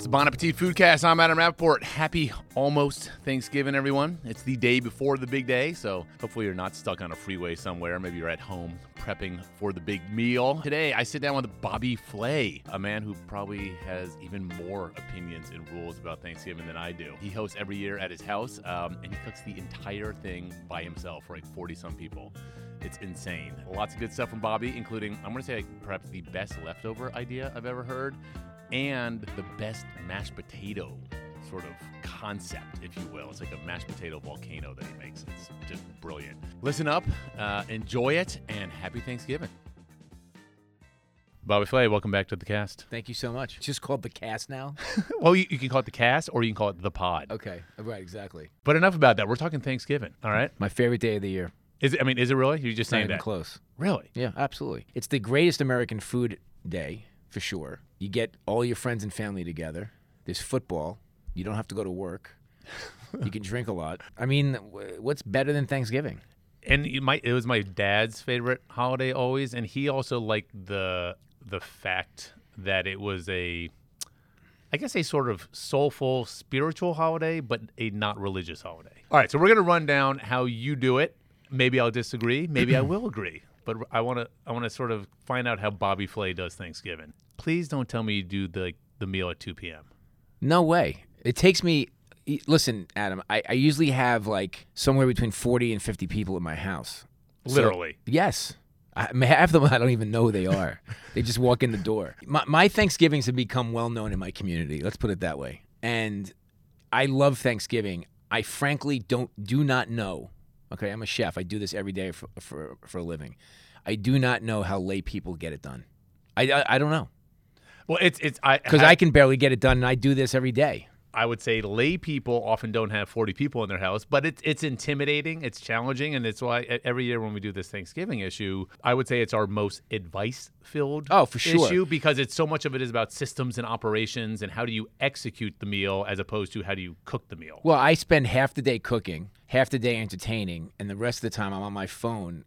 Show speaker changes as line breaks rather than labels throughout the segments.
the Bon Appetit Foodcast. I'm Adam Rappaport. Happy almost Thanksgiving, everyone. It's the day before the big day, so hopefully you're not stuck on a freeway somewhere. Maybe you're at home prepping for the big meal. Today, I sit down with Bobby Flay, a man who probably has even more opinions and rules about Thanksgiving than I do. He hosts every year at his house, um, and he cooks the entire thing by himself for like 40 some people. It's insane. Lots of good stuff from Bobby, including, I'm going to say, like, perhaps the best leftover idea I've ever heard and the best mashed potato sort of concept, if you will. It's like a mashed potato volcano that he makes. It's just brilliant. Listen up, uh, enjoy it, and happy Thanksgiving. Bobby Flay, welcome back to the cast.
Thank you so much. It's just called the cast now.
Well, you, you can call it the cast or you can call it the pod.
Okay, right, exactly.
But enough about that. We're talking Thanksgiving, all right?
My favorite day of the year.
Is it, I mean, is it really? You're just
It's not
saying
even
that.
close.
Really?
Yeah, absolutely. It's the greatest American food day for sure. You get all your friends and family together. There's football. You don't have to go to work. you can drink a lot. I mean, wh- what's better than Thanksgiving?
and it- my it was my dad's favorite holiday always, and he also liked the the fact that it was a, I guess a sort of soulful spiritual holiday, but a not religious holiday. All right, so we're gonna run down how you do it. Maybe I'll disagree. Maybe I will agree. But I want to I want to sort of find out how Bobby Flay does Thanksgiving. Please don't tell me you do the the meal at 2 p.m.
No way. It takes me. e- Listen, Adam. I, I usually have like somewhere between forty and fifty people at my house. So-
Literally.
Yes. I I mean, half of them I don't even know who they are. they just walk in the door. My, my Thanksgivings have become well known in my community. Let's put it that way. And I love Thanksgiving. I frankly don't do not know. Okay, I'm a chef. I do this every day for for, for a living. I do not know how lay people get it done. I I, I don't know
Well, it's it's I
because I can barely get it done, and I do this every day.
I would say lay people often don't have 40 people in their house, but it's it's intimidating, it's challenging, and it's why e- every year when we do this Thanksgiving issue, I would say it's our most advice filled
Oh, for sure.
issue because it's so much of it is about systems and operations and how do you execute the meal as opposed to how do you cook the meal.
Well, I spend half the day cooking, half the day entertaining, and the rest of the time I'm on my phone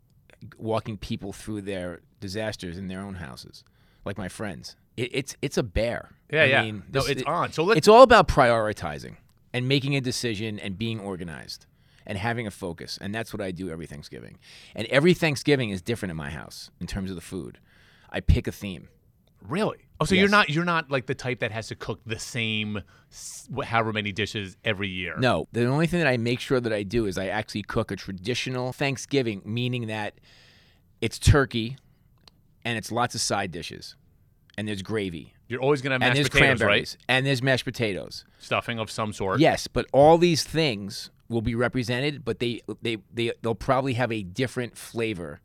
walking people through their disasters in their own houses, like my friends. It, it's it's a bear.
yeah,
I
yeah.
mean,
no,
this-
it's
it-
on. So let's
it's all about prioritizing and making a decision and being organized and having a focus. And that's what I do every Thanksgiving. And every Thanksgiving is different in my house in terms of the food. I pick a theme.
really. Oh, so you're
Yes.
not you're not like the type that has to cook the same s- wh- however many dishes every year.
No, the only thing that I make sure that I do is I actually cook a traditional Thanksgiving, meaning that it's turkey and it's lots of side dishes, and there's gravy,
You're always going to have
and
mashed
there's
potatoes, right?
cranberries, and there's mashed potatoes.
Stuffing of some sort.
Yes, but all these things will be represented, but they they they they'll probably have a different flavor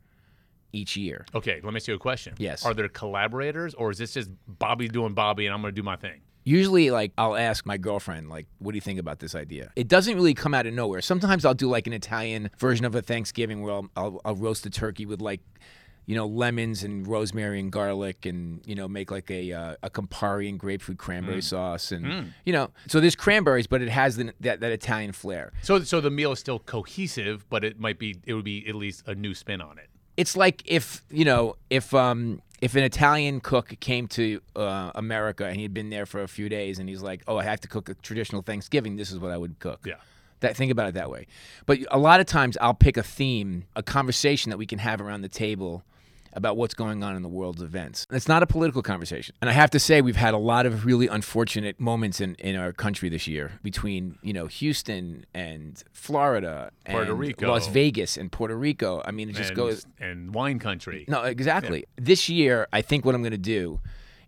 each year.
Okay, let me ask you a question.
Yes.
Are there collaborators or is this just Bobby doing Bobby and I'm going to do my thing?
Usually, like I'll ask my girlfriend, like, "What do you think about this idea?" It doesn't really come out of nowhere. Sometimes I'll do like an Italian version of a Thanksgiving where I'll, I'll, I'll roast the turkey with like, you know, lemons and rosemary and garlic, and you know, make like a uh, a Campari and grapefruit cranberry sauce, and you know, so there's cranberries, but it has the, that that Italian flair.
So so the meal is still cohesive, but it might be it would be at least a new spin on it.
it's like if you know if um if an Italian cook came to uh, America and he'd been there for a few days and he's like, oh, I have to cook a traditional Thanksgiving. This is what I would cook.
Yeah.
That think about it that way. But a lot of times I'll pick a theme, a conversation that we can have around the table about what's going on in the world's events. And it's not a political conversation. And I have to say we've had a lot of really unfortunate moments in, in our country this year between, you know, Houston and Florida and
Puerto Rico.
Las Vegas and Puerto Rico. I mean, it just
and,
goes
and wine country.
no, exactly. This year, I think what I'm going to do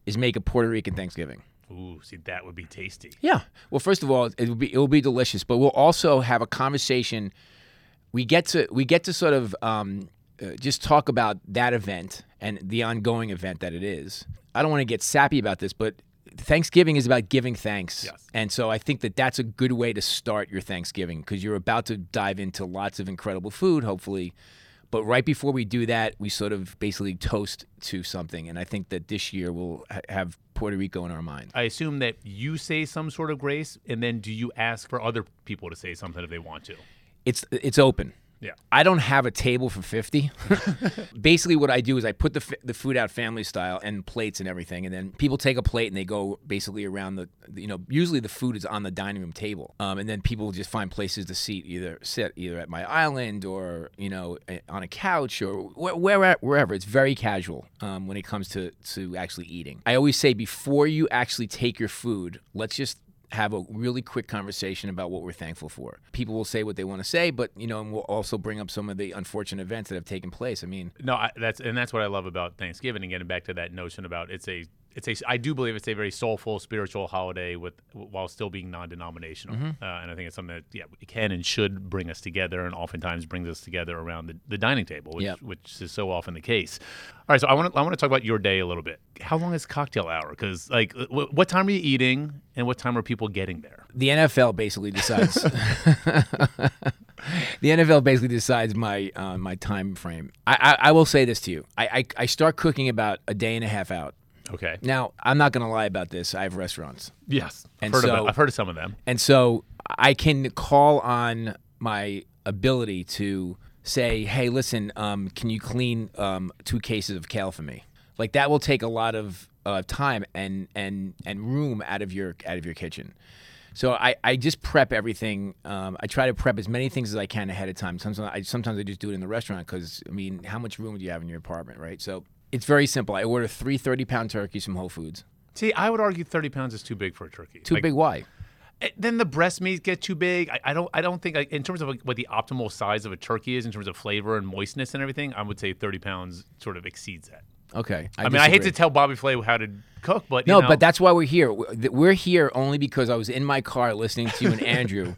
is make a Puerto Rican Thanksgiving.
Ooh, see that would be tasty.
Yeah. Well, first of all, it will be it will be delicious, but we'll also have a conversation. We get to we get to sort of um, uh, just talk about that event and the ongoing event that it is. I don't want to get sappy about this, but Thanksgiving is about giving thanks,
Yes.
and so I think that that's a good way to start your Thanksgiving because you're about to dive into lots of incredible food, hopefully. But right before we do that, we sort of basically toast to something, and I think that this year we'll ha- have Puerto Rico in our mind.
I assume that you say some sort of grace and then do you ask for other people to say something if they want to?
It's it's open.
Yeah.
I don't have a table for 50. Basically, what I do is I put the, f- the food out family style and plates and everything. And then people take a plate and they go basically around the, you know, usually the food is on the dining room table. Um, and then people just find places to seat, either sit either at my island or, you know, a- on a couch or where, where, wherever. It's very casual um, when it comes to, to actually eating. I always say before you actually take your food, let's just have a really quick conversation about what we're thankful for. People will say what they want to say, but you know, and we'll also bring up some of the unfortunate events that have taken place. I mean,
No, I, that's and that's what I love about Thanksgiving. And getting back to that notion about it's a it's a I do believe it's a very soulful, spiritual holiday with while still being non-denominational. Uh, and I think it's something that yeah it can and should bring us together, and oftentimes brings us together around the, the dining table, which
Yep.
which is so often the case. All right, so I want to I want to talk about your day a little bit. How long is cocktail hour? Because like, w- what time are you eating, and what time are people getting there?
the NFL basically decides. the NFL basically decides my uh, my time frame. I, I I will say this to you. I, I I start cooking about a day and a half out.
Okay.
Now I'm not going to lie about this. I have restaurants.
Yes.
And
I've heard, of,
so-
it. I've heard of some of them.
And so I can call on my ability to say, hey, listen, um, can you clean um, two cases of kale for me? Like that will take a lot of uh, time and, and and room out of your out of your kitchen. So I, I just prep everything. Um, I try to prep as many things as I can ahead of time. Sometimes I sometimes I just do it in the restaurant because I mean, how much room do you have in your apartment, right? So it's very simple. I order three 30 pound turkeys from Whole Foods.
See, I would argue thirty pounds is too big for a turkey.
Too
Like,
big. Why?
Eh, then the breast meats get too big. I, I don't. I don't think like, in terms of like, what the optimal size of a turkey is in terms of flavor and moistness and everything. I would say thirty pounds sort of exceeds that.
Okay.
I, mean, I hate
disagree.
to tell Bobby Flay how to cook, but you
No,
know,
but that's why we're here. We're th- we're here only because I was in my car listening to you and Andrew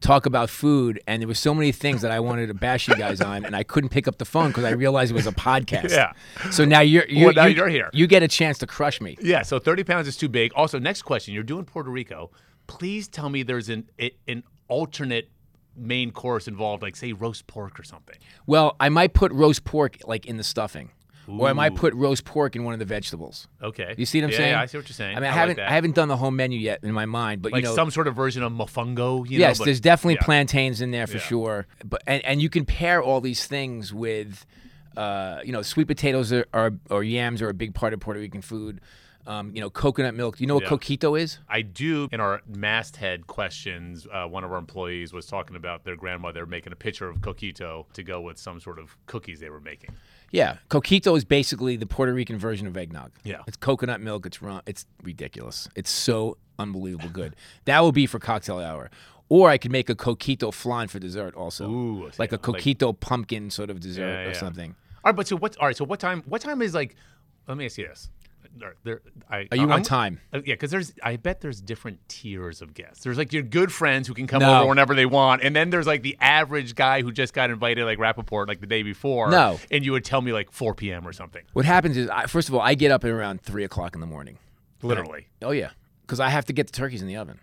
talk about food, and there were so many things that I wanted to bash you guys on, and I couldn't pick up the phone because I realized it was a podcast.
Yeah.
So now you're you,
Well, now
you-
you're here.
You get a chance to crush me.
yeah. So thirty pounds is too big. Also, next question: You're doing Puerto Rico. Please tell me there's an a- an alternate main course involved, like say roast pork or something.
Well, I might put roast pork like in the stuffing, or I might put roast pork in one of the vegetables.
Okay.
You see what I'm
Yeah,
saying?
Yeah, I see what you're saying.
I mean, I,
like
haven't
that.
I haven't done the whole menu yet in my mind, but
like
you know,
some sort of version of mofongo. You
yes,
know, but-
there's definitely
yeah.
plantains in there for
Yeah.
sure. But and, and you can pair all these things with, uh, you know, sweet potatoes are, are or yams are a big part of Puerto Rican food. Um, you know, coconut milk. You know what
Yeah.
coquito is?
I do. In our masthead questions, uh, one of our employees was talking about their grandmother making a picture of coquito to go with some sort of cookies they were making.
Yeah, coquito is basically the Puerto Rican version of eggnog.
Yeah.
it's coconut milk. It's rum. It's ridiculous. It's so unbelievable good. that will be for cocktail hour. Or I could make a coquito flan for dessert also,
Ooh,
like a coquito pumpkin sort of dessert
Yeah,
or
yeah.
something.
all right, but so what? All right, so what time? What time is like? Let me ask you this. All right, There, I,
Are Oh, you
I'm-
on time?
Uh, yeah, because there's. I bet there's different tiers of guests. There's like your good friends who can come
No.
over whenever they want, and then there's like the average guy who just got invited, like Rappaport, like the day before.
No.
and you would tell me like 4 p.m. or something,
What happens is, I, first of all, I get up at around three o'clock in the morning.
literally.
Oh yeah, because I have to get the turkeys in the oven.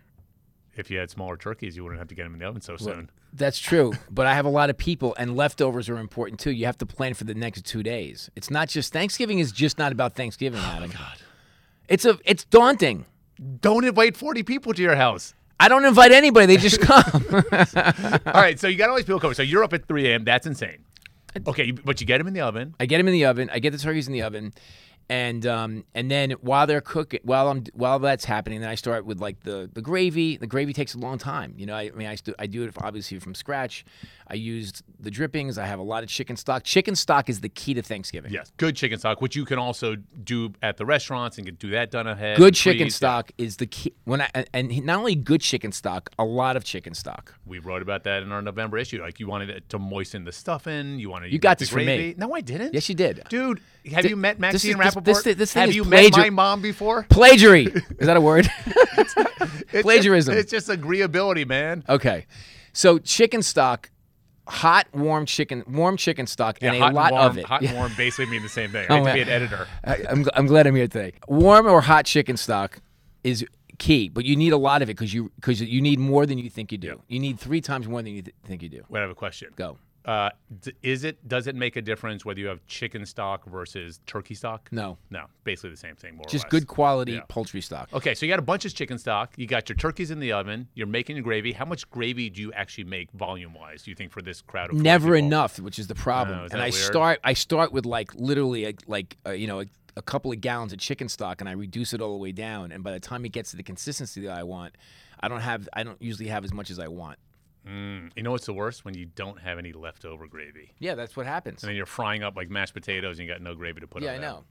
If you had smaller turkeys, you wouldn't have to get them in the oven so soon.
That's true, but I have a lot of people, and leftovers are important too. You have to plan for the next two days. It's not just Thanksgiving is just not about Thanksgiving, Adam.
God.
It's a it's daunting.
Don't invite 40 people to your house.
I don't invite anybody; they just come.
All right, so you got all these people coming. So you're up at 3 a.m. That's insane. Okay, you- but you get them in the oven.
I get them in the oven. I get the turkeys in the oven, and um, and then while they're cooking, while I'm while that's happening, then I start with like the the gravy. The gravy takes a long time. You know, I, I mean, I, st- I do it obviously from scratch. I used the drippings. I have a lot of chicken stock. Chicken stock is the key to Thanksgiving.
Yes, good chicken stock, which you can also do at the restaurants and can do that done ahead.
good chicken
Please.
stock is the key when I and- and not only good chicken stock, a lot of chicken stock.
We wrote about that in our November issue. Like you wanted it to moisten the stuffing. You wanted you
got
the
this from me.
gravy. No, I didn't.
Yes, you did.
Dude, have you met
this
Maxine
is- this-
Rappaport?
this thi- this thing
have
is
you met
plagiar-
my mom before?
Plagiary is that a word?
It's just-
Plagiarism.
it's just agreeability, man.
okay, so chicken stock, hot warm chicken, warm chicken stock, and
hot
a lot
and warm,
of it.
Hot
Yeah.
and warm basically mean the same thing. I
Oh,
hate to
man.
be an editor.
I, I'm, gl- I'm glad I'm here today. Warm or hot chicken stock is key, but you need a lot of it because you because you need more than you think you do. You need three times more than you th- think you do.
Wait, I have a question.
Go.
Uh, d- is it does it make a difference whether you have chicken stock versus turkey stock?
No.
no, basically the same thing. More or
Just
less.
good quality
Yeah.
poultry stock.
Okay, so you got a bunch of chicken stock. You got your turkeys in the oven. You're making your gravy. How much gravy do you actually make volume wise? Do you think for this crowd of 40
Never
people?
enough, which is the problem.
is
and
that
I
weird?
start I start with like literally like, like uh, you know a, a couple of gallons of chicken stock, and I reduce it all the way down. And by the time it gets to the consistency that I want, I don't have I don't usually have as much as I want.
Mm, you know what's the worst when you don't have any leftover gravy,
Yeah, that's what happens.
and then you're frying up like mashed potatoes, and you got no gravy to put
yeah,
on.
I
that.
know.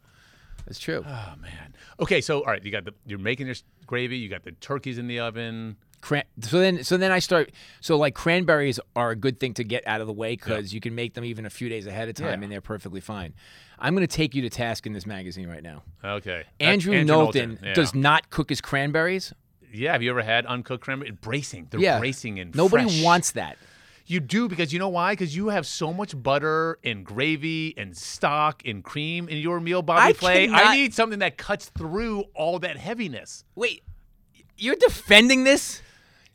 That's true.
Oh man. Okay, so all right, you got the you're making your s- gravy. You got the turkeys in the oven.
Cran- so then, so then I start. So like cranberries are a good thing to get out of the way because you can make them even a few days ahead of time,
Yeah.
and they're perfectly fine. I'm going to take you to task in this magazine right now.
Okay. That's
Andrew, Knowlton
yeah.
does not cook his cranberries.
Yeah, have you ever had uncooked cranberry? Bracing. They're
Yeah,
bracing and
Nobody
fresh.
wants that.
You do because you know why? Because you have so much butter and gravy and stock and cream in your meal, Bobby
I
Flay. I
cannot-
need something that cuts through all that heaviness.
Wait, you're defending this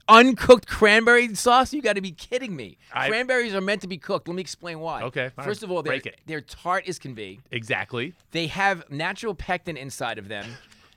uncooked cranberry sauce? You got to be kidding me!
I-
cranberries are meant to be cooked. Let me explain why.
Okay, fine.
First of all, they're,
Break it.
they're tart as can be.
Exactly.
they have natural pectin inside of them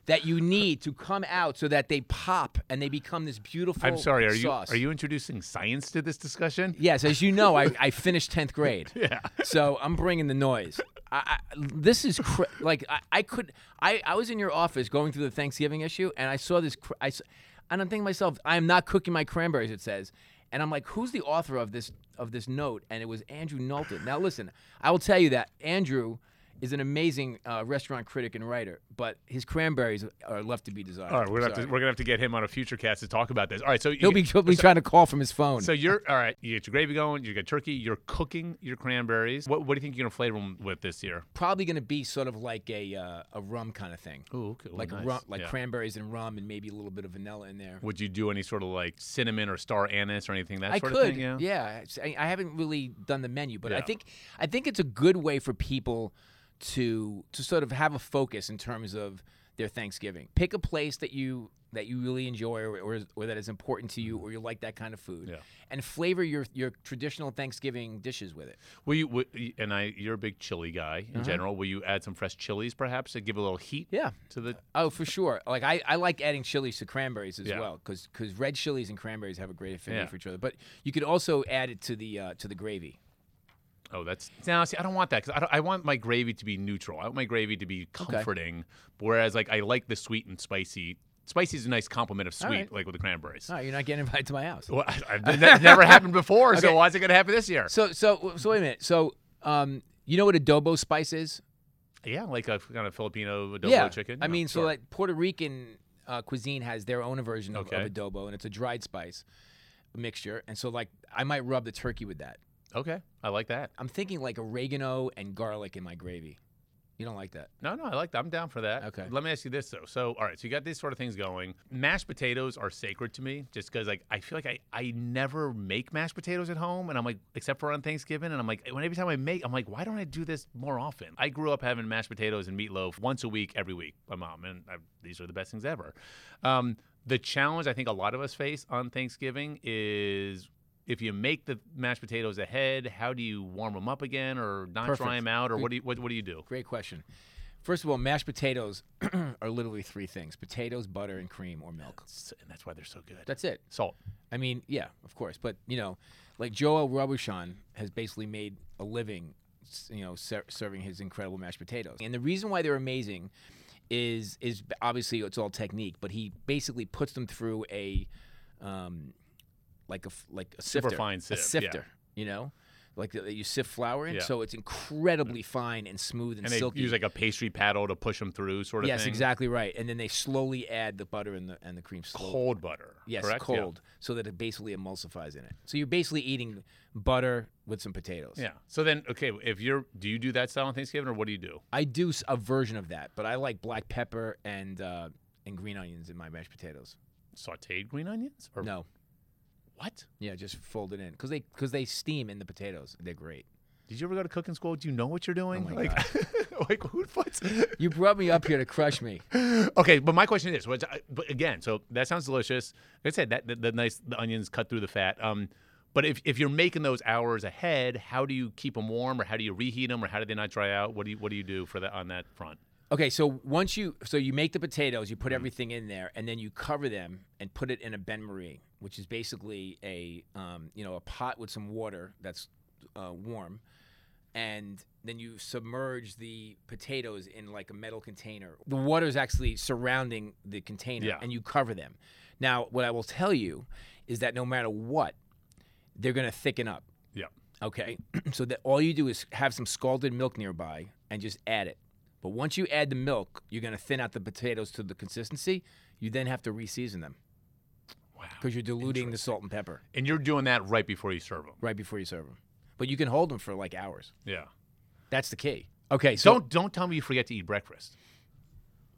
that you need to come out so that they pop and they become this beautiful
I'm sorry. Are you
sauce.
are you introducing science to this discussion?
yes as you know i, I finished 10th grade yeah so i'm bringing the noise I, I, this is cra- like I, I could I, I was in your office going through the thanksgiving issue and i saw this cr- I, s- and i'm thinking to myself i am not cooking my cranberries it says and i'm like who's the author of this of this note and it was andrew knowlton now listen i will tell you that andrew is an amazing uh, restaurant critic and writer but his cranberries are left to be desired
All right, we're gonna, have
Sorry.
to, we're gonna have to get him on a future cast to talk about this. All right, so you,
he'll be, he'll be trying to call from his phone
So you're all right. You get your gravy going. You got turkey. You're cooking your cranberries. What, what do you think you're gonna flavor them with this year?
probably going to be sort of like a uh, a rum kind of thing,
Ooh, okay. Ooh,
like
nice.
rum, like
Yeah.
cranberries and rum, and maybe a little bit of vanilla in there.
Would you do any sort of like cinnamon or star anise or anything that
I
sort
could,
of thing? Yeah.
I, I haven't really done the menu, but I
Yeah.
think I think it's a good way for people to to sort of have a focus in terms of their Thanksgiving. Pick a place that you that you really enjoy or, or, or that is important to you or you like that kind of food
Mm-hmm. Yeah.
and flavor your your traditional Thanksgiving dishes with it.
Will you? Will, you- and I, you're a big chili guy in general. Will you add some fresh chilies perhaps to give a little heat?
Uh-huh. Yeah.
To the
Oh, for sure. Like I, I like adding chilies to cranberries as
Yeah.
well, because red chilies and cranberries have a great affinity
Yeah.
for each other. But you could also add it to the uh, to the gravy.
oh, that's now. See, I don't want that because I, don't- I want my gravy to be neutral. I want my gravy to be comforting. Whereas like I like the sweet and spicy. Spicy is a nice complement of sweet,
right.
like with the cranberries.
No, Oh, you're not getting invited to my house.
Well, I, I've, that never happened before. So
Okay.
why is it gonna happen this year?
So so so wait a minute. So um, you know what adobo spice is?
Yeah, like a kind of Filipino adobo
yeah.
chicken.
I
Yeah,
mean, so
sure.
like Puerto Rican uh, cuisine has their own version of,
Okay.
of adobo, and it's a dried spice mixture. And so like I might rub the turkey with that.
okay, I like that.
I'm thinking like oregano and garlic in my gravy. You don't like that?
No, no, I like that. I'm down for that.
Okay.
Let me ask you this though. So, all right, so you got these sort of things going. Mashed potatoes are sacred to me, just because like I feel like I I never make mashed potatoes at home, and I'm like, except for on Thanksgiving, and I'm like, when every time I make, I'm like, why don't I do this more often? I grew up having mashed potatoes and meatloaf once a week, every week. My mom and I, these are the best things ever. Um, the challenge I think a lot of us face on Thanksgiving is. If you make the mashed potatoes ahead, how do you warm them up again, or not dry
Perfect.
them out, or
Good-
what do you what, what do you do?
Great question. First of all, mashed potatoes are literally three things: potatoes, butter, and cream or milk.
S- and that's why they're so good.
That's it.
Salt.
I mean, yeah, of course, but you know, like Joel Robuchon has basically made a living, s- you know, ser- serving his incredible mashed potatoes. And the reason why they're amazing is is b- obviously it's all technique, but he basically puts them through a um like a f- like a sifter,
Superfine sieve,
a
yeah.
sifter, you know. Like that you sift flour in,
Yeah.
so it's incredibly fine and smooth and,
and they
silky.
use like a pastry paddle to push them through, sort of
Yes,
thing.
exactly right. And then they slowly add the butter and the and the cream slowly.
Cold butter.
yes,
correct? Yeah.
cold, so that it basically emulsifies in it. So you're basically eating butter with some potatoes.
Yeah. So then, okay, if you're, do you do that style on Thanksgiving, or what do you do?
I do s- a version of that, but I like black pepper and uh, and green onions in my mashed potatoes.
Sauteed green onions, or
No,
what?
yeah, just fold it in because they because they steam in the potatoes. They're great.
Did you ever go to cooking school? Do you know what you're doing?
Oh my
like, like who puts?
You brought me up here to crush me.
okay, but my question is, which I, but again, so that sounds delicious. Like I said, that the, the nice the onions cut through the fat. Um, But if, if you're making those hours ahead, how do you keep them warm, or how do you reheat them, or how do they not dry out? What do you what do you do for that on that front?
Okay, so once you so you make the potatoes, you put everything in there, and then you cover them and put it in a bain marie, which is basically a um, you know a pot with some water that's uh, warm, and then you submerge the potatoes in like a metal container. The water is actually surrounding the container,
Yeah.
and you cover them. Now, what I will tell you is that no matter what, they're going to thicken up.
Yeah.
Okay. so that all you do is have some scalded milk nearby and just add it. But once you add the milk, you're going to thin out the potatoes to the consistency. You then have to re-season them
Wow.
because you're diluting the salt and pepper
And you're doing that right before you serve them.
right before you serve them. But you can hold them for like hours.
Yeah.
That's the key. Okay, so
don't don't tell me you forget to eat breakfast.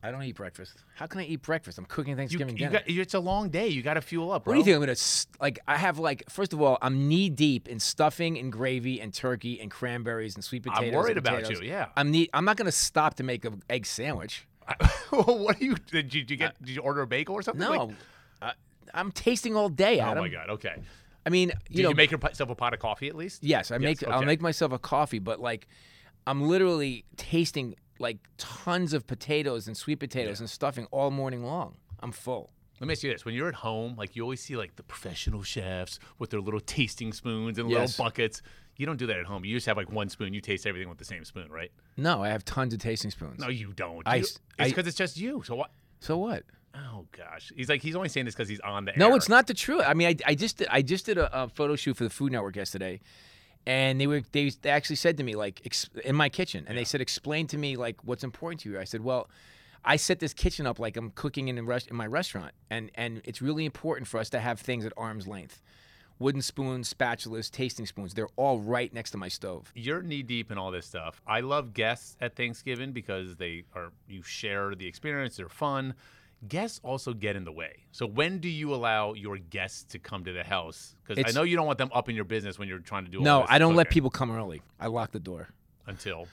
I don't eat breakfast. How can I eat breakfast? I'm cooking
You,
Thanksgiving
you
dinner.
got, it's a long day. You got to fuel up. Bro.
what do you think I'm gonna s- like? I have like first of all, I'm knee deep in stuffing and gravy and turkey and cranberries and sweet potatoes. and
worried about
potatoes.
you, yeah.
I'm knee. I'm not gonna stop to make an egg sandwich.
what do you did you, did you get? Did you order a bagel or something?
No,
Like- uh,
I, I'm tasting all day,
oh
Adam.
my god. Okay.
I mean,
Did
you
you,
know,
make yourself a pot of coffee at least?
yes, I make. I'll
okay.
make myself a coffee, but like, I'm literally tasting like tons of potatoes and sweet potatoes and stuffing all morning long. I'm full.
Let me ask you this: When you're at home, like you always see like the professional chefs with their little tasting spoons and
Yes.
little buckets. You don't do that at home. You just have like one spoon. You taste everything with the same spoon, right?
No, I have tons of tasting spoons.
No, you don't.
I
You-
s-
it's
I-
because it's just you. So what?
So what?
Oh gosh, he's like he's only saying this because he's on the.
No,
air.
it's not the truth. I mean, I, I just I just did a, a photo shoot for the Food Network yesterday, and they were they, they actually said to me like ex, in my kitchen, and they said explain to me like what's important to you. I said, well, I set this kitchen up like I'm cooking in a rest, in my restaurant, and and it's really important for us to have things at arm's length, wooden spoons, spatulas, tasting spoons. They're all right next to my stove.
You're knee deep in all this stuff. I love guests at Thanksgiving because they are you share the experience. They're fun. Guests also get in the way. So when do you allow your guests to come to the house? Because I
It's-
know you don't want them up in your business when you're trying to do. All
No,
this
I don't let
cooking
people come early. I lock the door.
until.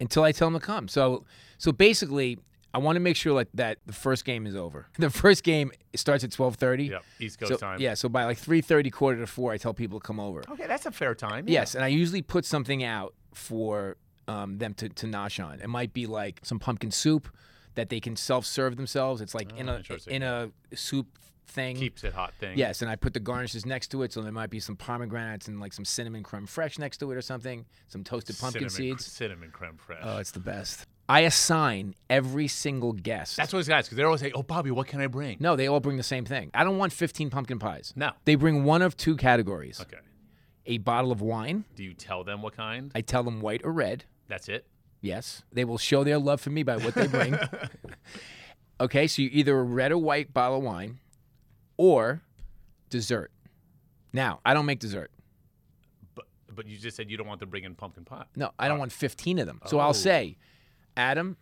until I tell them to come. So so basically, I want to make sure like that the first game is over. The first game starts at twelve thirty.
Yep, East Coast
So,
time.
yeah, so by like three thirty, quarter to four, I tell people to come over.
Okay, that's a fair time. Oh, yeah.
Yes, and I usually put something out for um, them to, to nosh on. It might be like some pumpkin soup that they can self serve themselves. It's like in a
interesting.
in a soup thing.
Keeps it hot thing.
Yes, and I put the garnishes next to it, so there might be some pomegranates and like some cinnamon creme fraiche next to it or something, some toasted pumpkin
cinnamon,
seeds.
Cinnamon creme fraiche.
Oh, it's the best. I assign every single guest.
that's what it's guys because they're always like, "Oh, Bobby, what can I bring?"
no, they all bring the same thing. I don't want 15 pumpkin pies.
No.
They bring one of two categories
Okay.
a bottle of wine.
Do you tell them what kind?
I tell them white or red.
That's it.
Yes. They will show their love for me by what they bring. okay, so you either a red or white bottle of wine or dessert. Now, I don't make dessert.
But but you just said you don't want them bringing pumpkin pie.
No, I don't want 15 of them. So
Uh, Oh.
I'll say, Adam,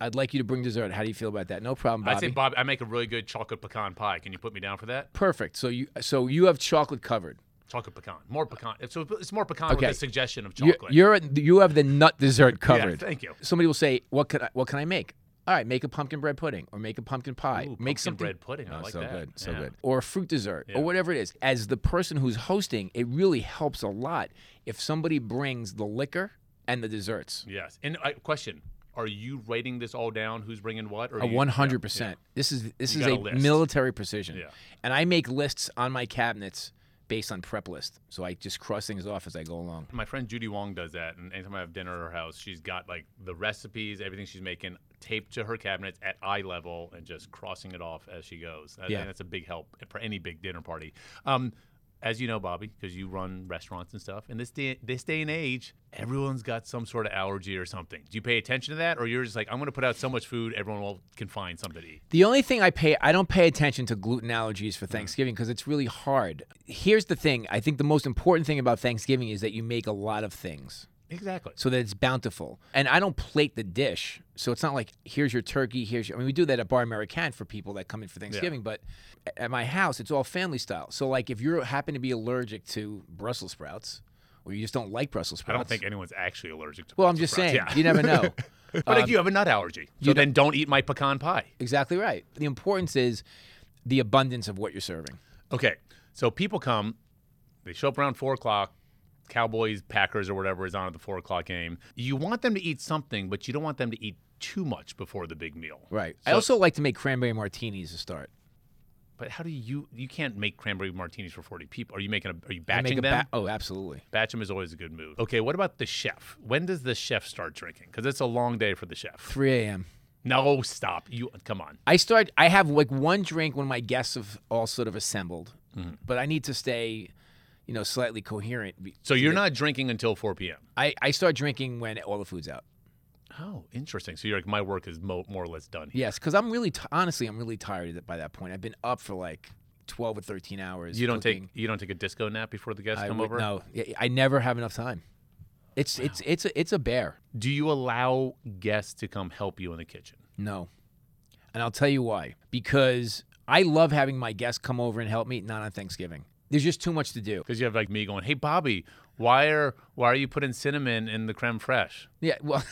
I'd like you to bring dessert. How do you feel about that? No problem, Bobby.
I say, Bob, I make a really good chocolate pecan pie. Can you put me down for that?
Perfect. So you so you have chocolate covered.
Chocolate pecan, more pecan. So it's more pecan
Okay.
with a suggestion of
You-
chocolate.
You're, you have the nut dessert
Yeah,
covered.
thank you.
Somebody will say, "What can I what can I make?" All right, make a pumpkin bread pudding or make a pumpkin pie.
Ooh,
make
pumpkin
something
bread pudding. I
Oh,
like
so
that.
good, so
Yeah.
good. Or a fruit dessert or whatever it is. As the person who's hosting, it really helps a lot if somebody brings the liquor and the desserts.
Yes. And I, question: Are you writing this all down? Who's bringing what? Or do you-
One hundred percent. This is this
You
is
got
a
a list.
military precision.
Yeah.
And I make lists on my cabinets based on prep list. So I just cross things off as I go along.
My friend Judy Wong does that, and anytime I have dinner at her house, she's got like the recipes, everything she's making, taped to her cabinets at eye level, and just crossing it off as she goes. I
Yeah.
think that's a big help for any big dinner party. Um, as you know, Bobby, because you run restaurants and stuff, in this day, this day and age, everyone's got some sort of allergy or something. Do you pay attention to that, or you're just like, I'm going to put out so much food, everyone will can find something to eat?
The only thing I pay, I don't pay attention to gluten allergies
Mm.
for Thanksgiving because it's really hard. Here's the thing I think the most important thing about Thanksgiving is that you make a lot of things
Exactly.
so that it's bountiful. And I don't plate the dish. So it's not like, here's your turkey, here's your. I mean, we do that at Bar American for people that come in for Thanksgiving, but a- at my house, it's all family style. So, like, if you happen to be allergic to Brussels sprouts or you just don't like Brussels
I
sprouts.
don't think anyone's actually allergic to.
Well, I'm
Brussels
just
sprouts.
saying,
Yeah.
you um, never know.
but if you have a nut allergy, so then don't eat my pecan pie.
exactly right. The importance is the abundance of what you're serving.
Okay, so people come. they show up around four o'clock. Cowboys, Packers, or whatever is on at the four o'clock game. You want them to eat something, but you don't want them to eat too much before the big meal.
Right. I
So-
also like to make cranberry martinis to start.
But how do you? You can't make cranberry martinis for forty people. Are you making a? Are you
I make
batching
a
them?
ba- oh, absolutely.
Batch them is always a good move. Okay, what about the chef? When does the chef start drinking? Because it's a long day for the chef.
3 a.m.
No, stop. You come on.
I start. I have like one drink when my guests have all sort of assembled,
Mm-hmm.
but I need to stay, you know, slightly coherent. be-
So you're not drinking until 4 p.m.
I, I start drinking when all the food's out.
Oh, interesting. So you're like, my work is mo- more or less done. Here.
Yes, because I'm really t- honestly I'm really tired of it by that point. I've been up for like twelve or thirteen hours.
You don't
cooking.
take you don't take a disco nap before the guests
I
come
would-
over.
No, I- I never have enough time. It's it's it's a, it's a bear.
Do you allow guests to come help you in the kitchen?
No, and I'll tell you why. Because I love having my guests come over and help me. Not on Thanksgiving. There's just too much to do.
Because you have like me going, hey Bobby, why are why are you putting cinnamon in the creme fraiche?
Yeah, well,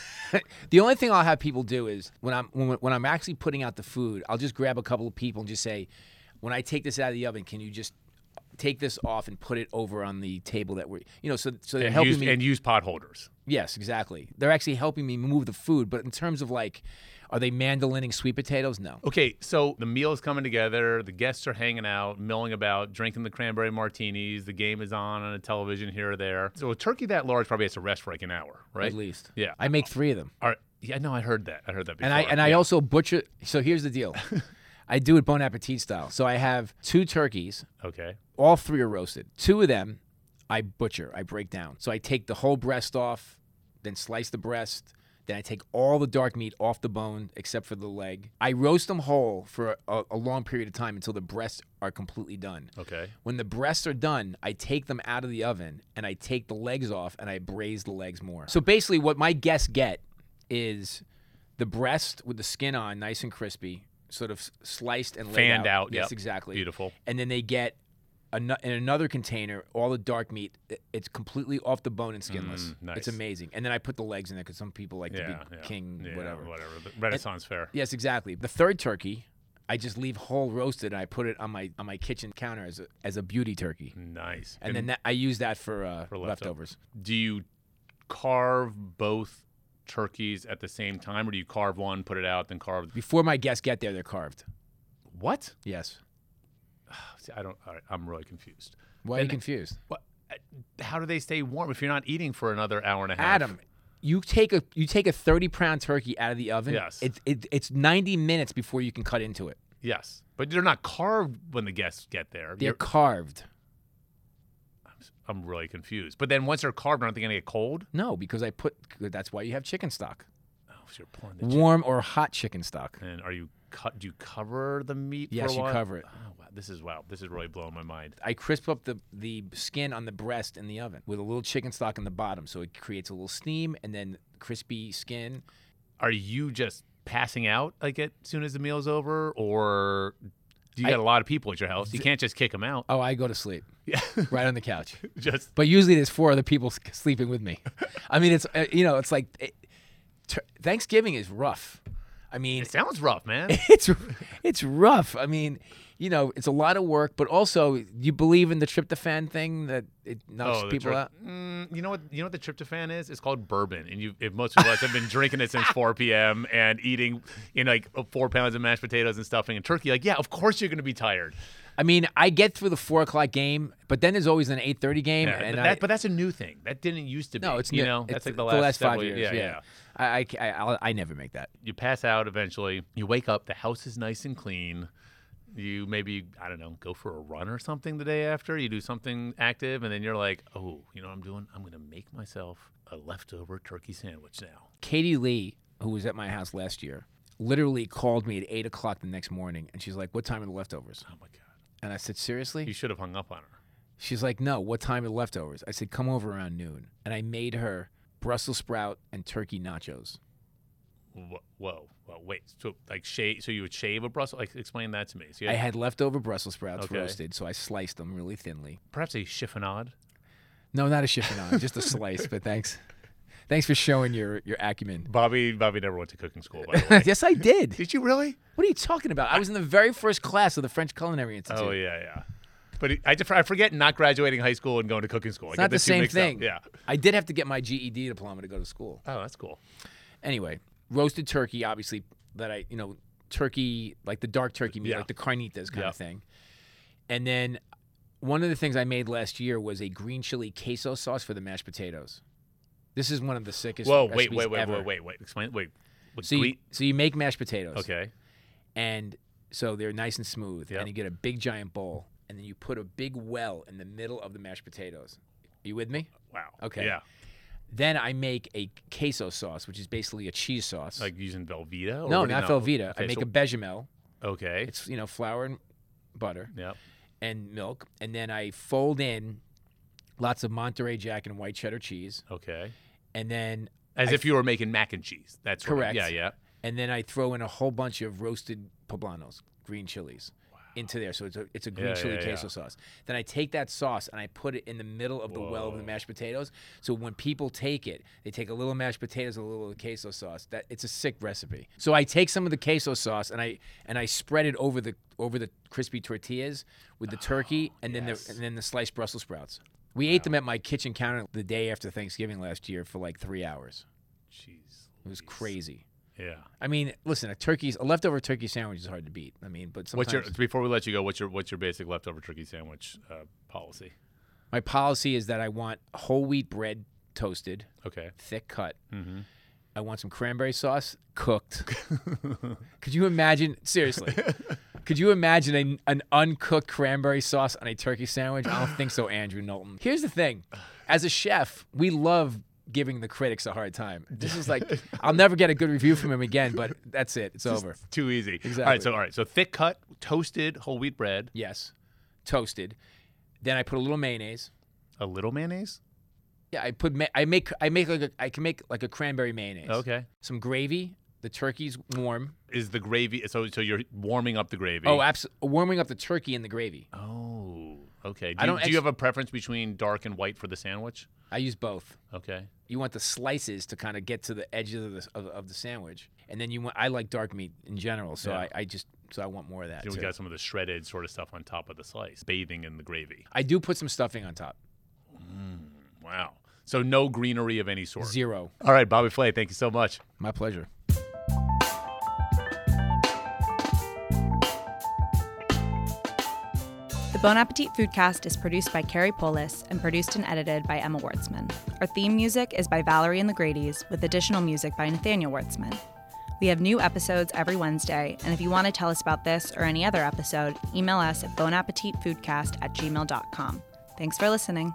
the only thing I'll have people do is when I'm when, when I'm actually putting out the food, I'll just grab a couple of people and just say, when I take this out of the oven, can you just take this off and put it over on the table that we're you know so so they're
And
helping
use,
me.
and use pot holders.
yes, exactly. They're actually helping me move the food. But in terms of like, are they mandolining sweet potatoes? No.
Okay, so the meal is coming together. The guests are hanging out, milling about, drinking the cranberry martinis. The game is on on a television here or there. So a turkey that large probably has to rest for like an hour, right?
At least.
Yeah.
I make three of them.
All right. Yeah, no, I heard that. I heard that before.
And I and I also butcher. So here's the deal. I do it Bon Appetit style. So I have two turkeys.
I okay.
all three are roasted. Two of them I butcher, I break down. So I take the whole breast off, then slice the breast, then I take all the dark meat off the bone except for the leg. I roast them whole for a, a long period of time until the breasts are completely done.
Okay.
When the breasts are done, I take them out of the oven and I take the legs off and I braise the legs more. So basically, what my guests get is the breast with the skin on, nice and crispy, sort of s- sliced and laid
Fanned out.
Yes,
yep.
exactly
Beautiful.
and then they get ano- in another container all the dark meat. I- It's completely off the bone and skinless.
Mm, nice.
It's amazing. And then I put the legs in there because some people like
Yeah,
to be
yeah.
king,
yeah,
whatever.
Whatever. The Renaissance fair.
Yes, exactly. The third turkey, I just leave whole roasted and I put it on my on my kitchen counter as a, as a beauty turkey.
Nice.
And, then that, I use that for, uh,
For leftovers.
leftovers.
do you carve both turkeys at the same time, or do you carve one, put it out, then carve?
Before my guests get there, they're carved.
What?
Yes.
See, I don't. All right, I'm really confused.
Why are you confused?
What? uh, How do they stay warm if you're not eating for another hour and a half?
Adam, you take a you take a thirty pound turkey out of the oven.
Yes.
It, it, it's ninety minutes before you can cut into it.
Yes, but they're not carved when the guests get there.
They're
You're-
carved.
I'm really confused. But then once they're carved, aren't they going to get cold?
No, because I put. That's why you have chicken stock,
Oh, so you're pouring the.
warm or hot chicken stock.
And are you cut? Do you cover the meat? for
Yes,
a
you
while?
cover it.
Oh, wow, this is wow. This is really blowing my mind.
I crisp up the the skin on the breast in the oven with a little chicken stock in the bottom, so it creates a little steam and then crispy skin.
Are you just passing out like as soon as the meal's over, or do you got a lot of people at your house? You can't just kick them out.
Oh, I go to sleep
Yeah,
right on the couch.
just
But usually there's four other people s- sleeping with me. I mean, it's uh, you know, it's like it, tur Thanksgiving is rough. I mean,
it sounds rough, man.
it's it's rough. I mean, you know, it's a lot of work, but also you believe in the tryptophan thing that it knocks
Oh, the
people
tryp-
out.
Mm, you know what? You know what the tryptophan is? It's called bourbon, and you, if most of us have been drinking it since 4 p.m. and eating, you know, like uh, four pounds of mashed potatoes and stuffing and turkey. Like, yeah, of course you're going to be tired.
I mean, I get through the four o'clock game, but then there's always an eight thirty game,
Yeah,
and
but,
I-
that, but that's a new thing. That didn't used to be.
no, it's
you
new.
know,
It's
that's like the last,
the last five
several
years.
years.
yeah,
yeah. yeah.
I, I, ca- I, I'll- I never make that.
you pass out eventually. You wake up, the house is nice and clean. You maybe, I don't know, go for a run or something the day after. You do something active, and then you're like, oh, you know what I'm doing? I'm going to make myself a leftover turkey sandwich now.
Katie Lee, who was at my house last year, literally called me at eight o'clock the next morning, and she's like, "What time are the leftovers?"
Oh my God.
And I said,
You
"Seriously?"
should have hung up on her.
She's like, "No. What time are the leftovers?" I said, "Come over around noon," and I made her Brussels sprout and turkey nachos.
Whoa, whoa, whoa wait. So, like, shave, so you would shave a Brussels? Like, explain that to me. So, you
I
had
had leftover Brussels sprouts
Okay.
roasted, so I sliced them really thinly.
perhaps a chiffonade?
No, not a chiffonade, just a slice. But thanks, thanks for showing your your acumen.
Bobby, Bobby never went to cooking school, by the way.
yes, I did.
Did you really?
What are you talking about? I was in the very first class of the French Culinary Institute.
Oh, yeah, yeah. But it- I, just- I forget not graduating high school and going to cooking school.
It's not the same thing.
Yeah.
I did have to get my GED diploma to go to school.
Oh, that's cool.
Anyway, roasted turkey, obviously, that I, you know, turkey, like the dark turkey meat,
Yeah.
like the carnitas kind
Yeah.
of thing. And then one of the things I made last year was a green chili queso sauce for the mashed potatoes. This is one of the sickest
Whoa, wait,
recipes
wait, wait,
ever.
wait, wait, wait. Explain. Wait. With
So you,
wheat?
so you make mashed potatoes.
Okay.
and so they're nice and smooth.
Yep.
And you get a big giant bowl, and then you put a big well in the middle of the mashed potatoes. you with me?
Wow.
Okay.
Yeah.
Then I make a queso sauce, which is basically a cheese sauce.
Like using Velveeta? Or
no,
what do you-
not Velveeta.
Okay,
I make
so-
a bechamel.
Okay.
It's you know flour and butter
Yep.
and milk, and then I fold in lots of Monterey Jack and white cheddar cheese,
Okay.
and then
As
I-
if you were making mac and cheese. That's what I-
Correct.
Yeah, yeah.
and then I throw in a whole bunch of roasted poblanos, green chilies, into there. So it's a it's a green
Yeah,
chili
yeah, yeah.
queso sauce. Then I take that sauce and I put it in the middle of the well of the
Whoa.
mashed potatoes. So when people take it, they take a little mashed potatoes, a little of the queso sauce. That it's a sick recipe. So I take some of the queso sauce and I and I spread it over the over the crispy tortillas with the turkey and then
Oh, yes.
the and then the sliced Brussels sprouts. We ate them at my kitchen counter the day after Thanksgiving last year for like three hours.
Jeez.
It was crazy.
Yeah.
I mean, listen, a turkey's a leftover turkey sandwich is hard to beat. I mean, but sometimes
What's your before we let you go? What's your what's your basic leftover turkey sandwich uh, policy?
my policy is that I want whole wheat bread toasted,
Okay.
thick cut.
Mm-hmm.
I want some cranberry sauce cooked. could you imagine? Seriously, could you imagine a, an uncooked cranberry sauce on a turkey sandwich? I don't think so, Andrew Knowlton. Here's the thing: as a chef, we love giving the critics a hard time. This is like I'll never get a good review from him again. But that's it. It's over.
Too easy. All
Exactly.
right. So all right. So thick cut, toasted whole wheat bread,
Yes, toasted. Then I put a little mayonnaise.
a little mayonnaise.
Yeah, I put ma- I make I make like a, I can make like a cranberry mayonnaise.
Okay.
Some gravy. The turkey's warm.
Is the gravy? So so you're warming up the gravy.
Oh, abs- warming up the turkey in the gravy.
Oh, okay. Do,
I
you,
don't
do you
ex-
have a preference between dark and white for the sandwich?
I use both.
Okay.
You want the slices to kind of get to the edges of the of, of the sandwich, and then you want. I like dark meat in general, so
Yeah.
I, I just so I want more of that.
Then we
too.
got some of the shredded sort of stuff on top of the slice, bathing in the gravy.
I do put some stuffing on top.
Wow. So no greenery of any sort.
Zero.
All right, Bobby Flay, thank you so much.
My pleasure.
The Bon Appetit Foodcast is produced by Carrie Polis and produced and edited by Emma Wartzman. Our theme music is by Valerie and the Grady's, with additional music by Nathaniel Wartzman. We have new episodes every Wednesday, and if you want to tell us about this or any other episode, email us at bonappetitfoodcast at gmail.com. Thanks for listening.